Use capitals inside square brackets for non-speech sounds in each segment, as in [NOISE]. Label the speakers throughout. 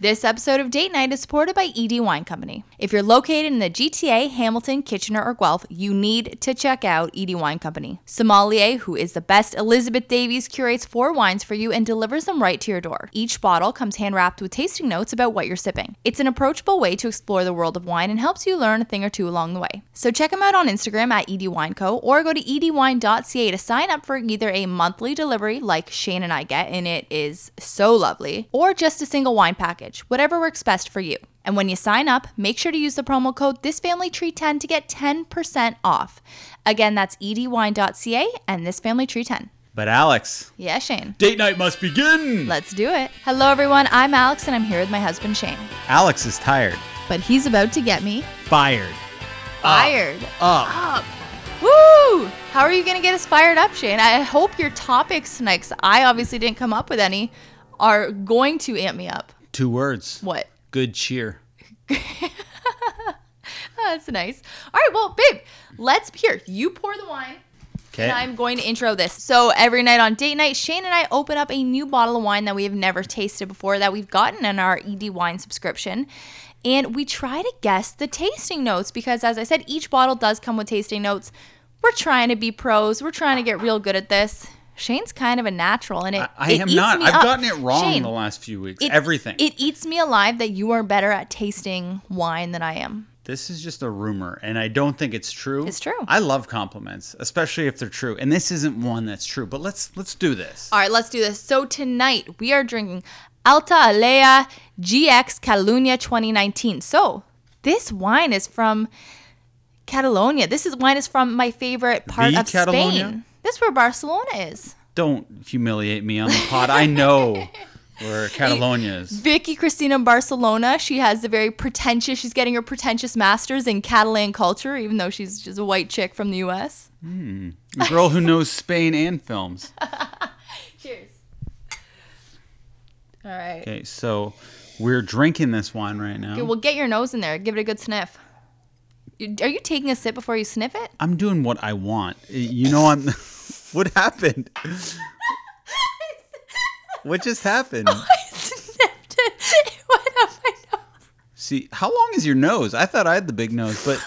Speaker 1: This episode of Date Night is supported by ED Wine Company. If you're located in the GTA, Hamilton, Kitchener, or Guelph, you need to check out ED Wine Company. Sommelier, who is the best, Elizabeth Davies curates four wines for you and delivers them right to your door. Each bottle comes hand wrapped with tasting notes about what you're sipping. It's an approachable way to explore the world of wine and helps you learn a thing or two along the way. So check them out on Instagram at edwineco or go to edwine.ca to sign up for either a monthly delivery like Shane and I get, and it is so lovely, or just a single wine package, whatever works best for you. And when you sign up, make sure to use the promo code thisfamilytree10 to get 10% off. Again, that's edwine.ca and thisfamilytree10.
Speaker 2: But Alex,
Speaker 1: Yeah, Shane.
Speaker 2: date night must begin.
Speaker 1: Let's do it. Hello, everyone. I'm Alex, and I'm here with my husband, Shane.
Speaker 2: Alex is tired,
Speaker 1: But he's about to get me
Speaker 2: fired,
Speaker 1: fired.
Speaker 2: up.
Speaker 1: up. Woo! How are you going to get us fired up, Shane? I hope your topics tonight, 'cause I obviously didn't come up with any, are going to amp me up.
Speaker 2: Two words.
Speaker 1: What? [LAUGHS]
Speaker 2: Good cheer.
Speaker 1: Oh, that's nice. All right, well, babe, let's here. You pour the wine.
Speaker 2: Okay.
Speaker 1: And I'm going to intro this. So every night on date night, Shane and I open up a new bottle of wine that we have never tasted before that we've gotten in our ED wine subscription. And we try to guess the tasting notes because, as I said, each bottle does come with tasting notes. We're trying to be pros. We're trying to get real good at this. Shane's kind of a natural, and it
Speaker 2: I
Speaker 1: it
Speaker 2: am
Speaker 1: eats
Speaker 2: not.
Speaker 1: me
Speaker 2: I've
Speaker 1: up.
Speaker 2: gotten it wrong
Speaker 1: Shane,
Speaker 2: the last few weeks.
Speaker 1: it-
Speaker 2: Everything.
Speaker 1: It eats me alive that you are better at tasting wine than I am.
Speaker 2: this is just a rumor, and I don't think it's true.
Speaker 1: It's true.
Speaker 2: I love compliments, especially if they're true. And this isn't one that's true. But let's let's do this.
Speaker 1: All right, let's do this. So tonight we are drinking Alta Alea GX Catalunya 2019. So this wine is from Catalonia. This is wine is from my favorite part
Speaker 2: The
Speaker 1: of
Speaker 2: Catalonia?
Speaker 1: Spain. This is where Barcelona is.
Speaker 2: Don't humiliate me on the pod. I
Speaker 1: [LAUGHS]
Speaker 2: know where Catalonia is.
Speaker 1: Vicky Cristina Barcelona. She has the very pretentious. She's getting her pretentious masters in Catalan culture, even though she's just a white chick from the U.S.
Speaker 2: A girl who knows Spain and films.
Speaker 1: Cheers. All right.
Speaker 2: Okay, so we're drinking this wine right now.
Speaker 1: Okay, well, get your nose in there. Give it a good sniff. You- Are you taking a sip before you sniff it?
Speaker 2: I'm doing what I want. You know, I'm. [LAUGHS] what happened? What just happened?
Speaker 1: I sniffed it. It went up my nose.
Speaker 2: See, how long is your nose? I thought I had the big nose, but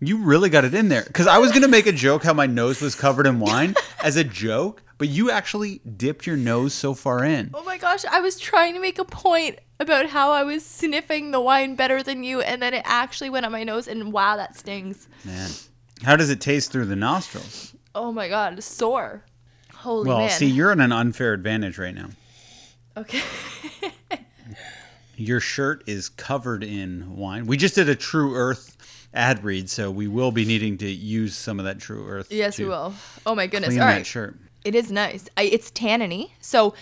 Speaker 2: you really got it in there. Because I was going to make a joke how my nose was covered in wine as a joke, but you actually dipped your nose so far in.
Speaker 1: [LAUGHS] Oh my gosh, I was trying to make a point about how I was sniffing the wine better than you, and then it actually went up my nose, and wow, that stings.
Speaker 2: Man. How does it taste through the nostrils?
Speaker 1: Oh my god, sore. Holy
Speaker 2: Well,
Speaker 1: man.
Speaker 2: see, you're in an unfair advantage right now.
Speaker 1: okay. [LAUGHS]
Speaker 2: Your shirt is covered in wine. We just did a True Earth ad read, so we will be needing to use some of that True Earth.
Speaker 1: Yes,
Speaker 2: to
Speaker 1: we will. Oh my goodness.
Speaker 2: Clean
Speaker 1: All
Speaker 2: that
Speaker 1: right.
Speaker 2: shirt.
Speaker 1: It is nice. I, it's tanniny. So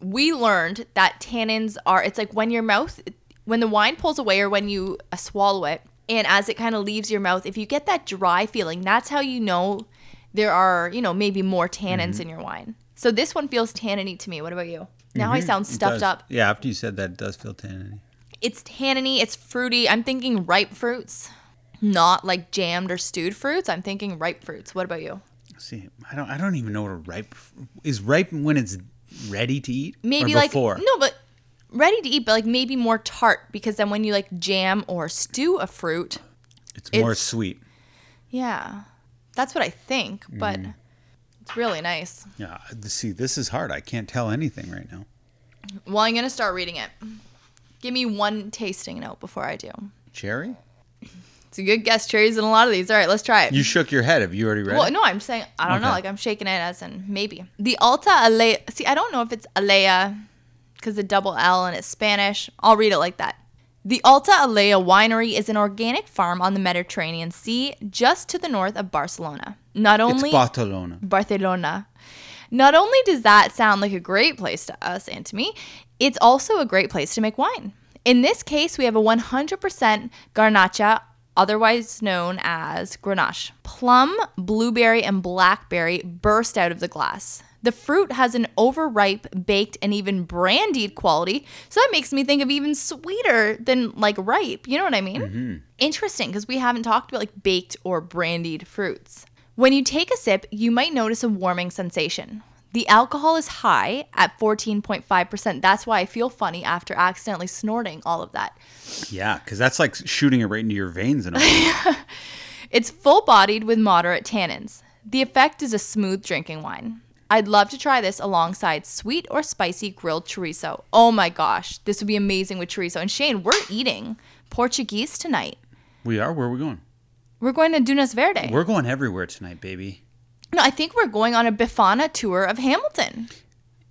Speaker 1: we learned that tannins are. It's like when your mouth, when the wine pulls away, or when you uh, swallow it, and as it kind of leaves your mouth, if you get that dry feeling, that's how you know there are, you know, maybe more
Speaker 2: Mm-hmm.
Speaker 1: tannins in your wine. So this one feels tanniny to me. What about you? Now I sound
Speaker 2: Mm-hmm. It
Speaker 1: stuffed
Speaker 2: does-
Speaker 1: up.
Speaker 2: Yeah, after you said that, it does feel tanniny.
Speaker 1: It's tanniny. It's fruity. I'm thinking ripe fruits, not like jammed or stewed fruits. I'm thinking ripe fruits. What about you?
Speaker 2: See, I don't. I don't even know what a ripe is. Ripe when it's ready to eat.
Speaker 1: maybe
Speaker 2: or
Speaker 1: like
Speaker 2: before.
Speaker 1: no but ready to eat but like maybe more tart because then when you like jam or stew a fruit
Speaker 2: it's more
Speaker 1: it's-
Speaker 2: sweet.
Speaker 1: yeah that's what i think but
Speaker 2: Mm.
Speaker 1: it's really nice
Speaker 2: Yeah. See, this is hard. I can't tell anything right now.
Speaker 1: well i'm gonna start reading it give me one tasting note before i do
Speaker 2: Cherry?
Speaker 1: it's a good guess cherries in a lot of these all right let's try it
Speaker 2: You shook your head. Have you already read?
Speaker 1: well
Speaker 2: it?
Speaker 1: no i'm saying i don't know
Speaker 2: Okay.
Speaker 1: like i'm shaking it as in maybe the alta alea see i don't know if it's alea because the double L and it's Spanish. I'll read it like that. The Alta Alea winery is an organic farm on the Mediterranean Sea, just to the north of Barcelona. Not only
Speaker 2: It's Barcelona.
Speaker 1: Barcelona. Not only does that sound like a great place to us and to me, it's also a great place to make wine. In this case, we have a 100% Garnacha, otherwise known as Grenache. Plum, blueberry, and blackberry burst out of the glass. The fruit has an overripe, baked, and even brandied quality, so that makes me think of even sweeter than like ripe. You know what I mean? Interesting, because we haven't talked about like baked or brandied fruits. When you take a sip, you might notice a warming sensation. The alcohol is high at 14.5%. That's why I feel funny after accidentally snorting all of that.
Speaker 2: Yeah, because that's like shooting it right into your veins and all.
Speaker 1: It's full bodied with moderate tannins. The effect is a smooth drinking wine. I'd love to try this alongside sweet or spicy grilled chorizo. Oh my gosh, this would be amazing with chorizo. And Shane, we're eating Portuguese tonight.
Speaker 2: we are. Where are we going?
Speaker 1: We're going to Dunas Verde.
Speaker 2: We're going everywhere tonight, baby.
Speaker 1: no, I think we're going on a Bifana tour of Hamilton.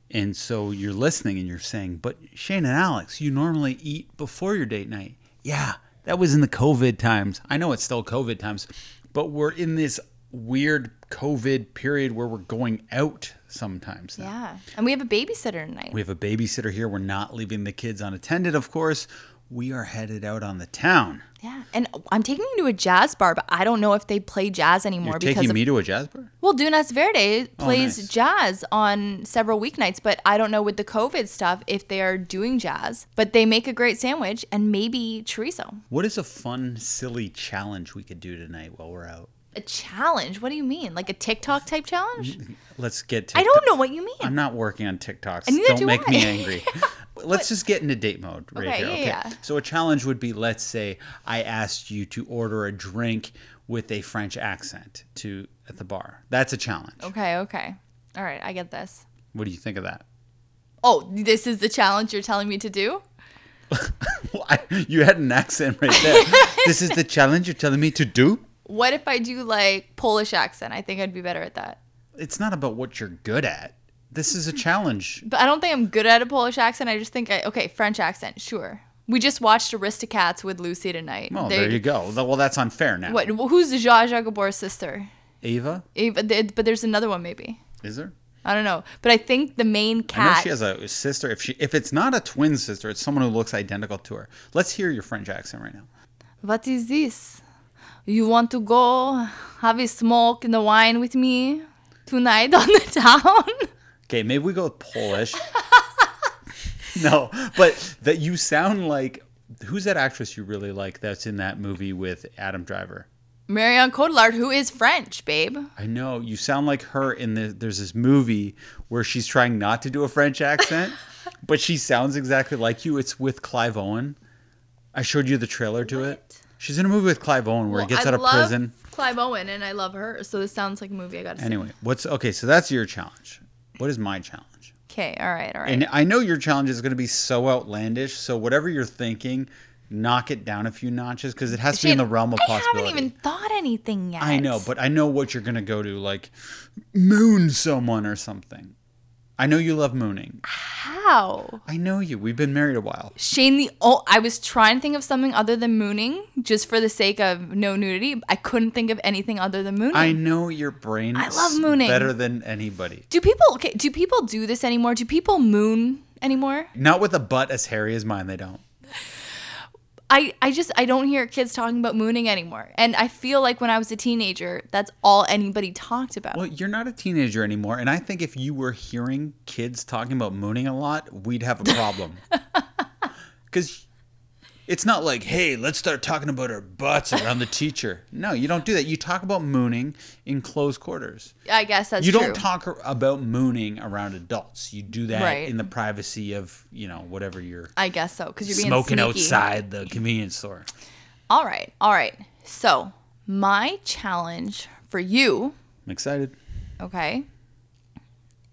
Speaker 2: And so you're listening and you're saying, but Shane and Alex, you normally eat before your date night. Yeah, that was in the COVID times. I know it's still COVID times, but we're in this weird COVID period where we're going out sometimes now.
Speaker 1: Yeah. And we have a babysitter tonight.
Speaker 2: We have a babysitter here. We're not leaving the kids unattended, of course. We are headed out on the town.
Speaker 1: yeah. And I'm taking you to a jazz bar, but I don't know if they play jazz anymore
Speaker 2: You're
Speaker 1: because
Speaker 2: taking
Speaker 1: of
Speaker 2: me to a jazz bar?
Speaker 1: Well, Dunas Verde plays
Speaker 2: nice.
Speaker 1: jazz on several weeknights, but I don't know with the COVID stuff if they are doing jazz. But they make a great sandwich and maybe chorizo.
Speaker 2: What is a fun, silly challenge we could do tonight while we're out?
Speaker 1: A challenge? What do you mean? Like a TikTok type challenge?
Speaker 2: Let's get to
Speaker 1: I don't know what you mean.
Speaker 2: I'm not working on TikToks.
Speaker 1: neither
Speaker 2: don't
Speaker 1: do
Speaker 2: make
Speaker 1: I. [LAUGHS]
Speaker 2: me angry. Let's just get into date mode right
Speaker 1: Okay,
Speaker 2: here.
Speaker 1: yeah,
Speaker 2: Okay.
Speaker 1: yeah.
Speaker 2: So a challenge would be let's say I asked you to order a drink with a French accent to at the bar. That's a challenge.
Speaker 1: okay, okay. All right, I get this.
Speaker 2: What do you think of that? [LAUGHS]
Speaker 1: Oh, this is the challenge you're telling me to do?
Speaker 2: Why you had an accent right
Speaker 1: [LAUGHS]
Speaker 2: there. this is the challenge you're telling me to do?
Speaker 1: What if I do like Polish accent? I think I'd be better at that.
Speaker 2: It's not about what you're good at. This is a challenge.
Speaker 1: But I don't think I'm good at a Polish accent. I just think I okay, French accent, sure. We just watched Aristocats with Lucy tonight.
Speaker 2: Well, Oh, there, you go. Well, that's unfair now.
Speaker 1: What? Who's Zsa Zsa Gabor's sister?
Speaker 2: Ava?
Speaker 1: Ava- th- But there's another one, maybe.
Speaker 2: Is there?
Speaker 1: I don't know. But I think the main
Speaker 2: I know
Speaker 1: cat.
Speaker 2: she has a sister. If she, if it's not a twin sister, it's someone who looks identical to her. Let's hear your French accent right now.
Speaker 1: what is this? You want to go have a smoke and a wine with me tonight on the [LAUGHS] town?
Speaker 2: Okay, maybe we go with
Speaker 1: [LAUGHS]
Speaker 2: Polish. no, but that you sound like who's that actress you really like that's in that movie with Adam Driver?
Speaker 1: Marion Cotillard, who is French, babe.
Speaker 2: I know you sound like her in the. There's this movie where she's trying not to do a French
Speaker 1: [LAUGHS]
Speaker 2: accent, but she sounds exactly like you. It's with Clive Owen. I showed you the trailer to it. She's in a movie with Clive Owen where
Speaker 1: Well,
Speaker 2: he gets
Speaker 1: I
Speaker 2: out of
Speaker 1: love
Speaker 2: prison.
Speaker 1: Clive Owen, and I love her. So this sounds like a movie I got to see.
Speaker 2: Anyway, what's okay? So that's your challenge. What is my challenge?
Speaker 1: Okay, all right, all right.
Speaker 2: And I know your challenge is going to be so outlandish. So whatever you're thinking, knock it down a few notches because it has to be in the
Speaker 1: Shane,
Speaker 2: realm of
Speaker 1: I
Speaker 2: possibility.
Speaker 1: haven't even thought anything yet.
Speaker 2: I know, but I know what you're going to go to, like moon someone or something. I know you love mooning.
Speaker 1: how?
Speaker 2: I know you. We've been married a while.
Speaker 1: Shane, the oh, I was trying to think of something other than mooning, just for the sake of no nudity. I couldn't think of anything other than mooning.
Speaker 2: I know your brain.
Speaker 1: I love
Speaker 2: is
Speaker 1: mooning.
Speaker 2: better than anybody.
Speaker 1: do people okay? Do people do this anymore? Do people moon anymore?
Speaker 2: Not with a butt as hairy as mine. They don't.
Speaker 1: I I just I don't hear kids talking about mooning anymore, and I feel like when I was a teenager, that's all anybody talked about.
Speaker 2: Well, you're not a teenager anymore, and I think if you were hearing kids talking about mooning a lot, we'd have
Speaker 1: [LAUGHS]
Speaker 2: a problem. Because it's not like, hey, let's start talking about our butts around the teacher. No, you don't do that. You talk about mooning in close quarters.
Speaker 1: I guess that's
Speaker 2: you
Speaker 1: true.
Speaker 2: don't talk ar- about mooning around adults. You do that
Speaker 1: Right.
Speaker 2: in the privacy of, you know, whatever you're
Speaker 1: I guess so because you're being
Speaker 2: smoking
Speaker 1: sneaky.
Speaker 2: outside the convenience store.
Speaker 1: All right, all right. So my challenge for you
Speaker 2: I'm excited.
Speaker 1: okay,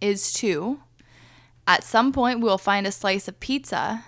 Speaker 1: is to at some point we'll find a slice of pizza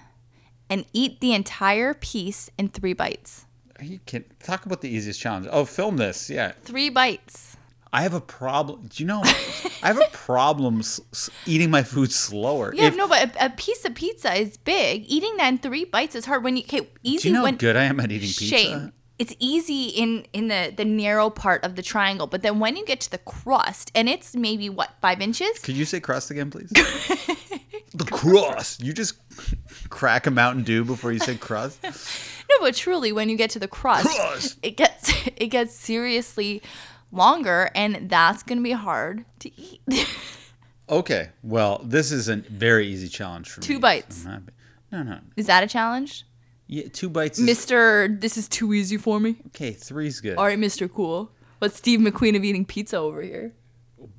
Speaker 1: and eat the entire piece in three bites.
Speaker 2: Are you kidding? Talk about the easiest challenge. Oh, film this. Yeah.
Speaker 1: Three bites.
Speaker 2: I have a problem. Do you know? I
Speaker 1: [LAUGHS]
Speaker 2: have a problem s- s- eating my food slower.
Speaker 1: Yeah,
Speaker 2: If-
Speaker 1: no, but a, a piece of pizza is big. Eating that in three bites is hard. When you okay,
Speaker 2: do
Speaker 1: easy
Speaker 2: you know
Speaker 1: when
Speaker 2: how good I am at eating pizza?
Speaker 1: shame. It's easy in in the the narrow part of the triangle, but then when you get to the crust and it's maybe what five inches.
Speaker 2: Could you say crust again, please?
Speaker 1: [LAUGHS]
Speaker 2: the crust. You just [LAUGHS] crack a Mountain Dew before you say crust.
Speaker 1: No, but truly, when you get to the crust,
Speaker 2: Crust.
Speaker 1: it gets [LAUGHS] it gets seriously longer, and that's gonna be hard to eat. [LAUGHS]
Speaker 2: Okay. Well, this is a very easy challenge for me.
Speaker 1: Two bites.
Speaker 2: so I'm happy. No, no.
Speaker 1: Is that a challenge,
Speaker 2: Yeah, two bites. Is,
Speaker 1: Mister? This is too easy for me.
Speaker 2: okay, three's good.
Speaker 1: All right, Mister Cool. What's Steve McQueen of eating pizza over here?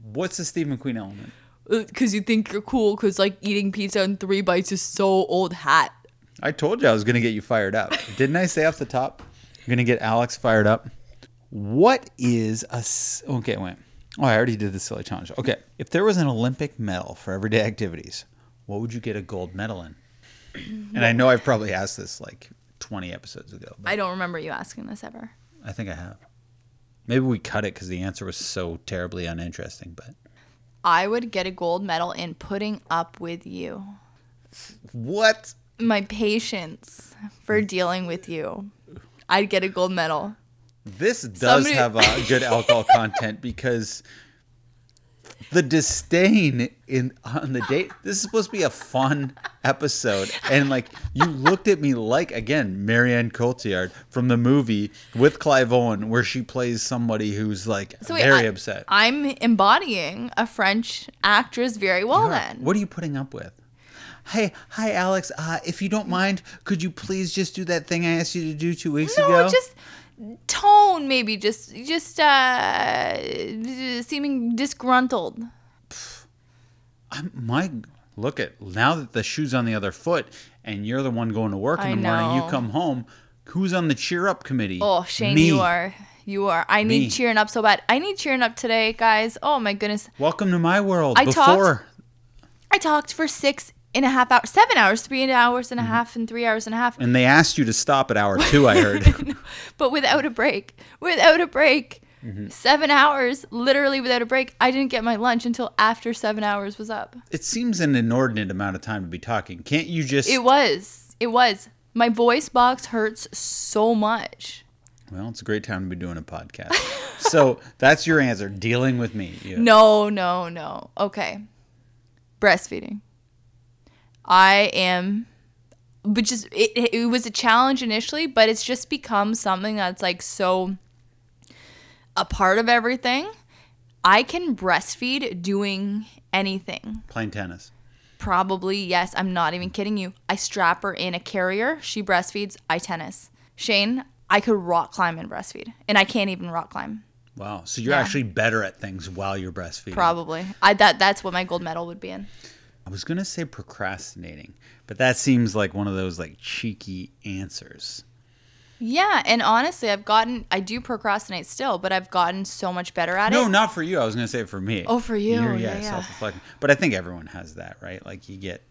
Speaker 2: What's the Steve McQueen element?
Speaker 1: because you think you're cool because like eating pizza in three bites is so old hat.
Speaker 2: I told you I was going to get you fired up. Didn't I say off the top? I'm going to get Alex fired up. What is a. s- Okay, wait. Oh, I already did the silly challenge. Okay. If there was an Olympic medal for everyday activities, what would you get a gold medal in? And I know I've probably asked this like 20 episodes ago, but
Speaker 1: I don't remember you asking this ever.
Speaker 2: I think I have. Maybe we cut it because the answer was so terribly uninteresting, but.
Speaker 1: I would get a gold medal in putting up with you.
Speaker 2: What?
Speaker 1: My patience for dealing with you. I'd get a gold medal.
Speaker 2: This does
Speaker 1: Somebody-
Speaker 2: have a
Speaker 1: [LAUGHS]
Speaker 2: good alcohol content because the disdain in on the date. This is supposed to be a fun episode, and like you looked at me like again Marianne Cotillard from the movie with Clive Owen, where she plays somebody who's like
Speaker 1: So wait,
Speaker 2: very
Speaker 1: I-
Speaker 2: upset.
Speaker 1: I'm embodying a French actress very well then.
Speaker 2: What are you putting up with? Hey, hi, Alex. Uh, if you don't mind, could you please just do that thing I asked you to do two weeks
Speaker 1: no,
Speaker 2: ago?
Speaker 1: just tone maybe just just uh seeming disgruntled.
Speaker 2: I'm, my look at now that the shoe's on the other foot and you're the one going to work in
Speaker 1: I
Speaker 2: the morning,
Speaker 1: know.
Speaker 2: you come home. Who's on the cheer up committee?
Speaker 1: Oh, Shane,
Speaker 2: Me.
Speaker 1: you are you are. I need
Speaker 2: Me.
Speaker 1: cheering up so bad. I need cheering up today, guys. Oh my goodness.
Speaker 2: Welcome to my world.
Speaker 1: I talked-
Speaker 2: Before
Speaker 1: I talked for six and a half hours, seven hours, three hours and a half, and three hours and a half,
Speaker 2: Mm-hmm. and they asked you to stop at hour two. I
Speaker 1: [LAUGHS]
Speaker 2: heard.
Speaker 1: but without a break. Without a break.
Speaker 2: Mm-hmm.
Speaker 1: Seven hours, literally without a break. I didn't get my lunch until after seven hours was up.
Speaker 2: it seems an inordinate amount of time to be talking. Can't you just?
Speaker 1: It was. It was. My voice box hurts so much.
Speaker 2: well, it's a great time to be doing a podcast. so that's your answer. Dealing with me. You-
Speaker 1: No, no, no. Okay. Breastfeeding. I am but just it, it was a challenge initially, but it's just become something that's like so a part of everything. I can breastfeed doing anything.
Speaker 2: Playing tennis.
Speaker 1: Probably, yes, I'm not even kidding you. I strap her in a carrier, she breastfeeds, I tennis. Shane, I could rock climb and breastfeed, and I can't even rock climb.
Speaker 2: Wow. So you're
Speaker 1: Yeah.
Speaker 2: actually better at things while you're breastfeeding.
Speaker 1: Probably. I that that's what my gold medal would be in.
Speaker 2: I was gonna say procrastinating, but that seems like one of those like cheeky answers.
Speaker 1: Yeah, and honestly, I've gotten I do procrastinate still, but I've gotten so much better at
Speaker 2: No,
Speaker 1: it.
Speaker 2: not for you. I was gonna say it for me.
Speaker 1: Oh, for you.
Speaker 2: You're-
Speaker 1: Yeah, yeah.
Speaker 2: self-reflecting. But I think everyone has that, right? Like you get,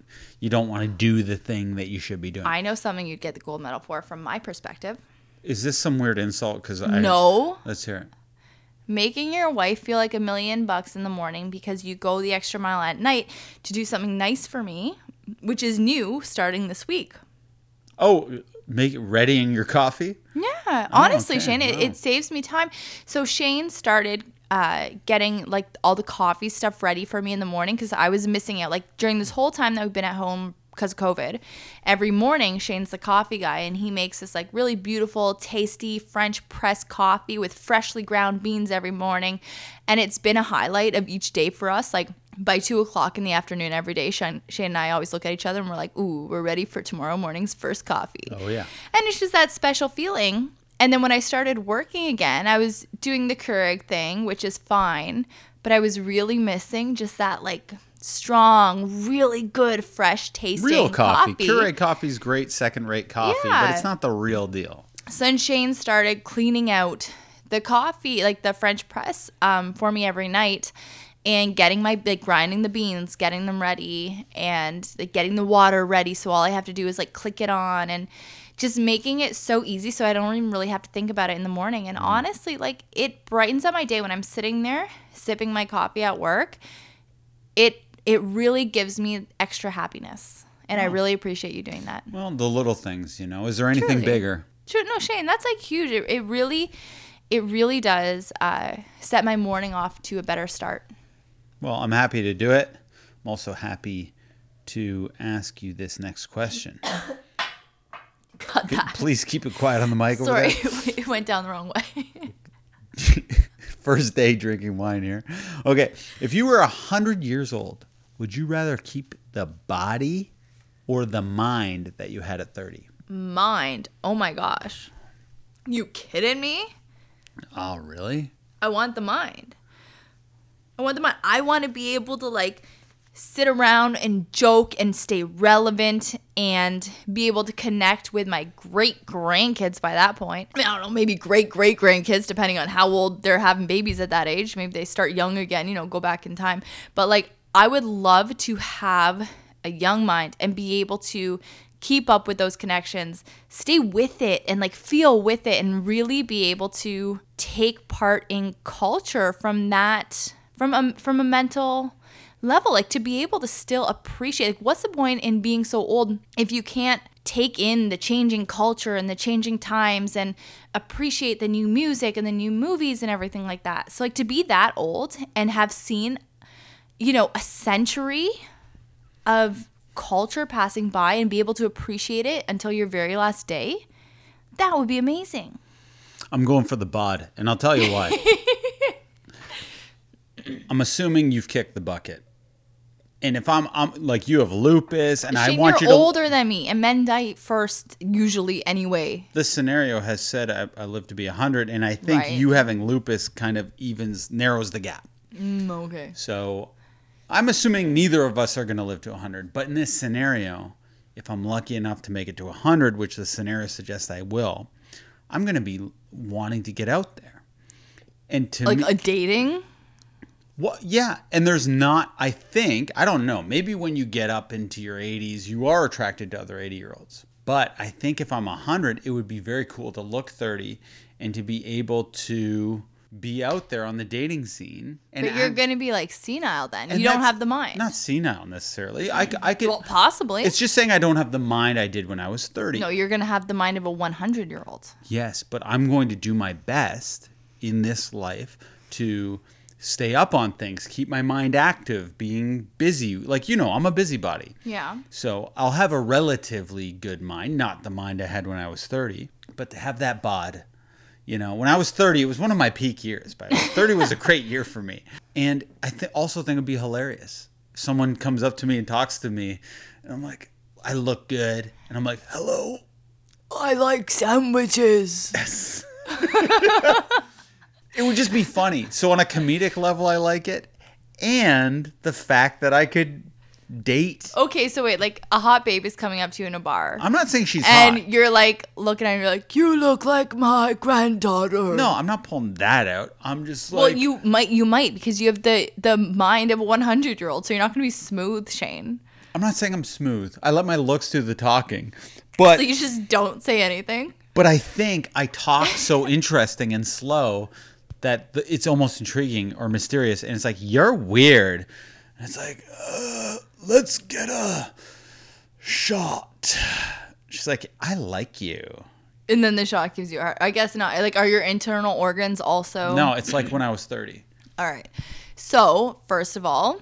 Speaker 2: you don't want to do the thing that you should be doing.
Speaker 1: I know something you'd get the gold medal for from my perspective.
Speaker 2: Is this some weird insult? Because I
Speaker 1: No.
Speaker 2: Let's hear it.
Speaker 1: Making your wife feel like a million bucks in the morning because you go the extra mile at night to do something nice for me, which is new starting this week.
Speaker 2: Oh, make readying your coffee.
Speaker 1: Yeah, honestly,
Speaker 2: Oh, okay.
Speaker 1: Shane, it,
Speaker 2: Wow.
Speaker 1: it saves me time. So Shane started uh, getting like all the coffee stuff ready for me in the morning because I was missing it. Like during this whole time that we've been at home because of COVID, every morning Shane's the coffee guy and he makes this like really beautiful, tasty French press coffee with freshly ground beans every morning, and it's been a highlight of each day for us. Like. By two o'clock in the afternoon every day, Shane, Shane and I always look at each other and we're like, "Ooh, we're ready for tomorrow morning's first coffee."
Speaker 2: Oh yeah.
Speaker 1: And it's just that special feeling. And then when I started working again, I was doing the Keurig thing, which is fine, but I was really missing just that like strong, really good, fresh tasting
Speaker 2: Real coffee.
Speaker 1: coffee.
Speaker 2: Keurig coffee's great second-rate coffee, but
Speaker 1: Yeah.
Speaker 2: it's not the real deal.
Speaker 1: So then Shane started cleaning out the coffee, like the French press, um, for me every night, and getting my like grinding the beans, getting them ready, and like getting the water ready. So all I have to do is like click it on and just making it so easy so I don't even really have to think about it in the morning. And honestly, like it brightens up my day when I'm sitting there sipping my coffee at work. It it really gives me extra happiness. And I really appreciate you doing that.
Speaker 2: Well, the little things, you know. Is there anything
Speaker 1: Truly.
Speaker 2: bigger?
Speaker 1: Sure, no, Shane, that's like huge. It, it really, it really does uh, set my morning off to a better start. [LAUGHS]
Speaker 2: Well, I'm happy to do it. I'm also happy to ask you this
Speaker 1: [COUGHS]
Speaker 2: next question.
Speaker 1: Cut
Speaker 2: Could-
Speaker 1: that.
Speaker 2: Please keep it quiet on the mic. Over
Speaker 1: Sorry,
Speaker 2: there.
Speaker 1: [LAUGHS] it went down the wrong way. [LAUGHS]
Speaker 2: First day drinking wine here. Okay. If you were 100 years old, would you rather keep the body or the mind that you had at 30?
Speaker 1: Mind. Oh my gosh. You kidding me?
Speaker 2: Oh, really?
Speaker 1: I want the mind. I want the mind. I want to be able to like sit around and joke and stay relevant and be able to connect with my great grandkids by that point. I, mean, I don't know, maybe great great grandkids, depending on how old they're having babies at that age. Maybe they start young again, you know, go back in time. But like, I would love to have a young mind and be able to keep up with those connections, stay with it and like feel with it and really be able to take part in culture from that from a from a mental level like to be able to still appreciate like what's the point in being so old if you can't take in the changing culture and the changing times and appreciate the new music and the new movies and everything like that so like to be that old and have seen you know a century of culture passing by and be able to appreciate it until your very last day that would be amazing
Speaker 2: I'm going for the bod, and I'll tell you [LAUGHS] why. I'm assuming you've kicked the bucket. And if I'm, I'm like you have lupus, and I
Speaker 1: Shane,
Speaker 2: want you
Speaker 1: you're
Speaker 2: to.
Speaker 1: older than me and men die first usually anyway
Speaker 2: This scenario has said I, I live to be 100, and I think
Speaker 1: Right.
Speaker 2: you having lupus kind of evens, narrows the gap.
Speaker 1: okay
Speaker 2: So I'm assuming neither of us are going to live to 100. But in this scenario, if I'm lucky enough to make it to 100, which the scenario suggests I will, I'm going to be wanting to get out there. And to
Speaker 1: like uh
Speaker 2: me,
Speaker 1: a dating
Speaker 2: What? Yeah, and there's not. I think I don't know. Maybe when you get up into your 80s, you are attracted to other 80 year olds. But I think if I'm 100, it would be very cool to look 30 and to be able to be out there on the dating scene. And
Speaker 1: but you're
Speaker 2: act-
Speaker 1: gonna be like senile then
Speaker 2: and
Speaker 1: you don't
Speaker 2: that's
Speaker 1: have the mind
Speaker 2: Not senile necessarily. I, c- I could.
Speaker 1: well possibly
Speaker 2: it's just saying I don't have the mind I did when I was 30.
Speaker 1: no you're gonna have the mind of a 100 year old
Speaker 2: Yes, but I'm going to do my best in this life to stay up on things, keep my mind active, being busy. Like, you know, I'm a busybody.
Speaker 1: yeah
Speaker 2: So I'll have a relatively good mind, not the mind I had when I was 30, but to have that bod. You know, when I was 30, it was one of my peak years, by the way. 30 was a great year for me. And I th- also think it would be hilarious. If someone comes up to me and talks to me, and I'm like, I look good. And I'm like, hello,
Speaker 1: i like sandwiches
Speaker 2: [LAUGHS] it would just be funny. So on a comedic level, I like it, and the fact that I could date.
Speaker 1: okay so wait like a hot babe is coming up to you in a bar
Speaker 2: I'm not saying she's
Speaker 1: and
Speaker 2: hot.
Speaker 1: you're like looking at her you're like you look like my granddaughter
Speaker 2: No, I'm not pulling that out. I'm just
Speaker 1: Well,
Speaker 2: like
Speaker 1: you might you might because you have the the mind of a 100 year old, so you're not going to be smooth, Shane.
Speaker 2: I'm not saying I'm smooth. I let my looks do the talking, but
Speaker 1: So you just don't say anything.
Speaker 2: but I think I talk so [LAUGHS] interesting and slow that the, it's almost intriguing or mysterious, and it's like you're weird. And it's like, uh, let's get a shot. She's like, I like you.
Speaker 1: And then the shot gives you a heart. I guess not. Like, are your internal organs also?
Speaker 2: No, it's like when I was 30.
Speaker 1: All right. So, first of all,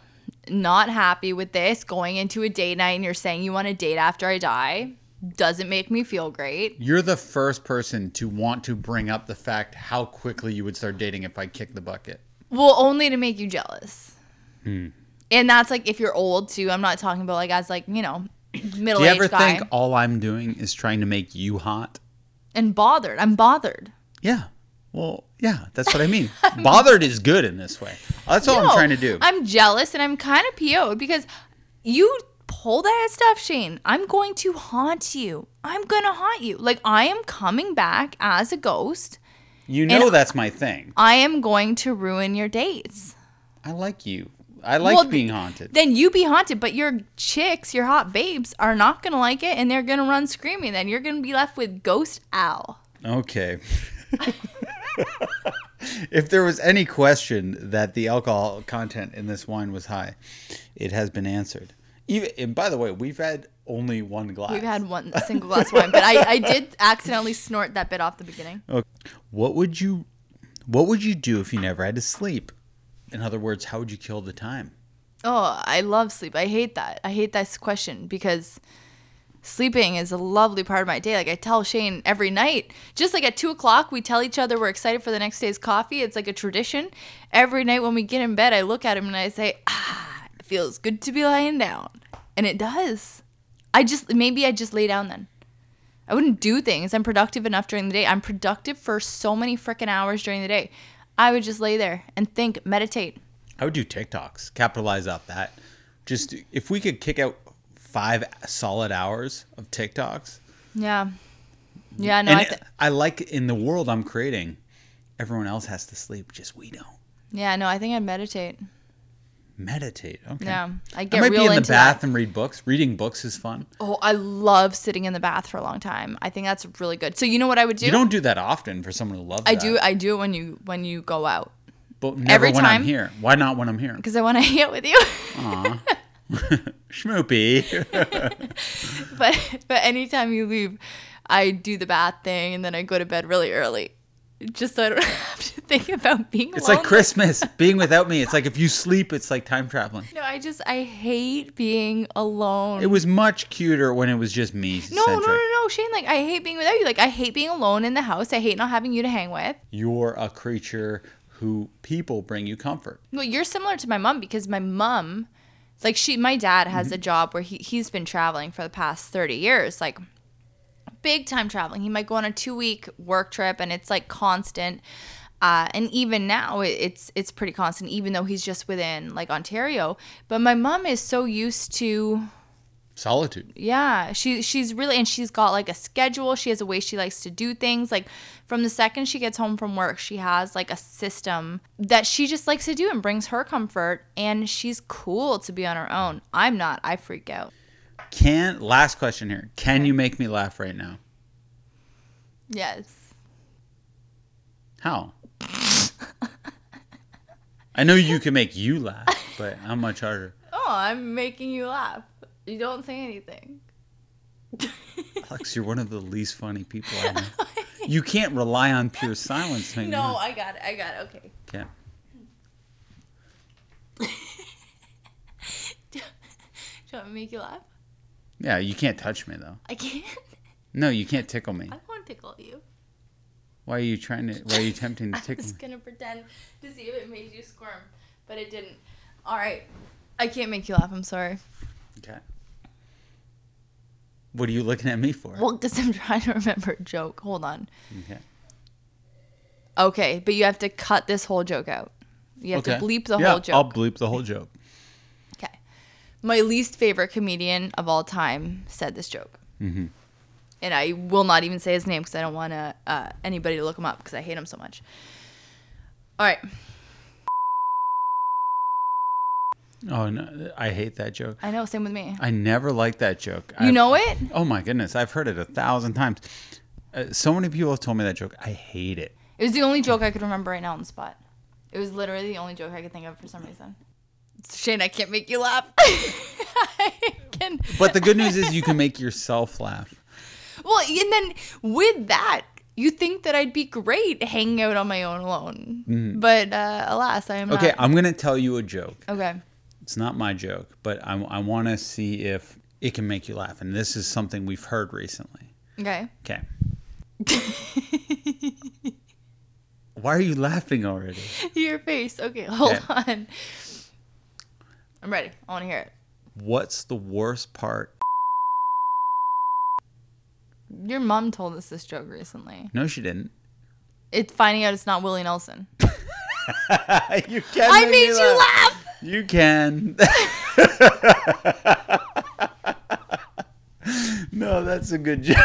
Speaker 1: not happy with this. Going into a date night and you're saying you want to date after I die doesn't make me feel great.
Speaker 2: You're the first person to want to bring up the fact how quickly you would start dating if I kicked the bucket.
Speaker 1: Well, only to make you jealous.
Speaker 2: Hmm.
Speaker 1: And that's like if you're old too. I'm not talking about like as like you know [CLEARS THROAT] middle
Speaker 2: Do you ever
Speaker 1: aged guy
Speaker 2: think all I'm doing is trying to make you hot?
Speaker 1: and bothered. I'm bothered.
Speaker 2: Yeah. Well, yeah, that's what
Speaker 1: [LAUGHS]
Speaker 2: I mean. Bothered is good in this way. That's all I'm
Speaker 1: No,
Speaker 2: trying to do.
Speaker 1: I'm jealous and I'm kind of PO'd because you pull that stuff, Shane. I'm going to haunt you. I'm going to haunt you. Like, I am coming back as a ghost.
Speaker 2: you know that's my thing.
Speaker 1: I am going to ruin your dates.
Speaker 2: I like you. I like
Speaker 1: Well,
Speaker 2: being haunted.
Speaker 1: Then you be haunted, but your chicks, your hot babes, are not going to like it and they're going to run screaming. Then you're going to be left with Ghost Al.
Speaker 2: okay.
Speaker 1: [LAUGHS]
Speaker 2: [LAUGHS] if there was any question that the alcohol content in this wine was high, it has been answered. Even and by the way, we've had only one glass.
Speaker 1: We've had one single glass of wine, but I, I did accidentally snort that bit off the beginning.
Speaker 2: What would you what would you do if you never had to sleep? In other words, how would you kill the time?
Speaker 1: Oh, I love sleep. I hate that. I hate this question because sleeping is a lovely part of my day. Like I tell Shane every night, just like at two o'clock, we tell each other we're excited for the next day's coffee. It's like a tradition. Every night when we get in bed, I look at him and I say, ah, it feels good to be lying down. And it does. I just, maybe I just lay down then. I wouldn't do things. I'm productive enough during the day. I'm productive for so many freaking hours during the day. I would just lay there and think, meditate.
Speaker 2: I would do TikToks, capitalize off that. just if we could kick out five solid hours of TikToks,
Speaker 1: Yeah. Yeah, no,
Speaker 2: Mm. and
Speaker 1: I th-
Speaker 2: I like in the world I'm creating, everyone else has to sleep, just we don't.
Speaker 1: yeah, no, I think I'd meditate.
Speaker 2: Meditate. Okay.
Speaker 1: Yeah, I
Speaker 2: I
Speaker 1: get
Speaker 2: might
Speaker 1: real
Speaker 2: be in the
Speaker 1: into that.
Speaker 2: bath and read books. Reading books is fun.
Speaker 1: Oh, I love sitting in the bath for a long time. I think that's really good. So you know what I would do?
Speaker 2: You don't do that often for someone who loves.
Speaker 1: I
Speaker 2: that,
Speaker 1: do. I do it when you when you go out
Speaker 2: but never
Speaker 1: every
Speaker 2: when
Speaker 1: time.
Speaker 2: I'm here. Why not when I'm here?
Speaker 1: because I want to [LAUGHS] hang out with you.
Speaker 2: Schmoopy. [LAUGHS]
Speaker 1: but but anytime you leave, I do the bath thing and then I go to bed really early, just so I don't [LAUGHS] have to think about being.
Speaker 2: It's like
Speaker 1: lonely.
Speaker 2: Christmas being without me. It's like if you sleep, it's like time traveling.
Speaker 1: No, I just I hate being alone.
Speaker 2: It was much cuter when it was just me.
Speaker 1: no, no, no, no, Shane. Like I hate being without you. Like I hate being alone in the house. I hate not having you to hang with.
Speaker 2: You're a creature who people bring you comfort.
Speaker 1: Well, you're similar to my mom because my mom, like she, my dad has a job where he he's been traveling for the past thirty years, like big time traveling. He might go on a two week work trip, and it's like constant. Uh, and even now, it- it's it's pretty constant, even though he's just within like Ontario. But my mom is so used to
Speaker 2: Solitude.
Speaker 1: yeah, she she's really and she's got like a schedule. She has a way she likes to do things. Like from the second she gets home from work, she has like a system that she just likes to do and brings her comfort and she's cool to be on her own. I'm not. I freak out.
Speaker 2: Can last question here. Can you make me laugh right now?
Speaker 1: Yes.
Speaker 2: How? I know you can make you laugh, but how much harder?
Speaker 1: Oh, I'm making you laugh. You don't say anything.
Speaker 2: Alex, you're one of the least funny people I know. You can't rely on pure silence. to make me
Speaker 1: No,
Speaker 2: laugh.
Speaker 1: I got it. I got it. Okay.
Speaker 2: Yeah.
Speaker 1: [LAUGHS] Do you want me to make you laugh?
Speaker 2: Yeah, you can't touch me though.
Speaker 1: I can't. [LAUGHS]
Speaker 2: No, you can't tickle me.
Speaker 1: I won't tickle you.
Speaker 2: Why are you trying to? Why are you tempting to
Speaker 1: I
Speaker 2: tickle
Speaker 1: was
Speaker 2: me?
Speaker 1: gonna pretend to see if it made you squirm, but it didn't. All right, I can't make you laugh. I'm sorry.
Speaker 2: Okay. What are you looking at me for?
Speaker 1: Well, because I'm [LAUGHS] trying to remember a joke. Hold on.
Speaker 2: Okay.
Speaker 1: Okay, but you have to cut this whole joke out. You have to bleep the
Speaker 2: Yeah,
Speaker 1: whole joke.
Speaker 2: I'll bleep the whole joke.
Speaker 1: okay. My least favorite comedian of all time said this joke. Mm-hmm. And I will not even say his name because I don't want to uh, anybody to look him up because I hate him so much. All right.
Speaker 2: Oh no, I hate that joke.
Speaker 1: I know. Same with me.
Speaker 2: I never liked that joke.
Speaker 1: You know it?
Speaker 2: Oh my goodness, I've heard it a thousand times. Uh, so many people have told me that joke. I hate it.
Speaker 1: It was the only joke I could remember right now on the spot. It was literally the only joke I could think of for some reason. Shane, I can't make you laugh. [LAUGHS] I can.
Speaker 2: But the good news is you can make
Speaker 1: [LAUGHS]
Speaker 2: yourself laugh.
Speaker 1: Well, and then with that, you think that I'd be great hanging out on my own alone. But uh, alas, I am
Speaker 2: Okay,
Speaker 1: not.
Speaker 2: I'm gonna tell you a joke.
Speaker 1: Okay.
Speaker 2: It's not my joke, but I, I want to see if it can make you laugh. And this is something we've heard recently.
Speaker 1: Okay. [LAUGHS]
Speaker 2: Okay. Why are you laughing already?
Speaker 1: Your face. Okay, hold
Speaker 2: Okay.
Speaker 1: on. I'm ready. I want to hear it.
Speaker 2: What's the worst part?
Speaker 1: Your mom told us this joke recently.
Speaker 2: No, she didn't. [LAUGHS]
Speaker 1: It's finding out it's not Willie Nelson.
Speaker 2: you can.
Speaker 1: I made
Speaker 2: make me
Speaker 1: you laugh.
Speaker 2: You can. no, that's a good joke.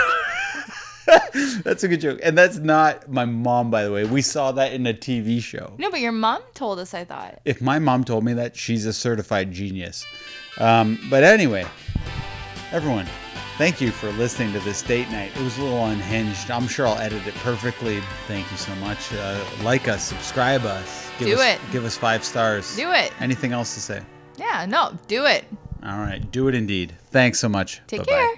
Speaker 2: that's a good joke, and that's not my mom, by the way. We saw that in a TV show.
Speaker 1: No, but your mom told us. I thought.
Speaker 2: If my mom told me that, she's a certified genius. Um, but anyway, everyone, thank you for listening to this date night. It was a little unhinged. I'm sure I'll edit it perfectly. Thank you so much. Uh, like us, subscribe us, give
Speaker 1: Do
Speaker 2: us,
Speaker 1: it.
Speaker 2: give us five stars.
Speaker 1: Do it.
Speaker 2: Anything else to say?
Speaker 1: Yeah. No. Do it.
Speaker 2: All right. Do it indeed. Thanks so much.
Speaker 1: Take
Speaker 2: Bye-bye.
Speaker 1: care.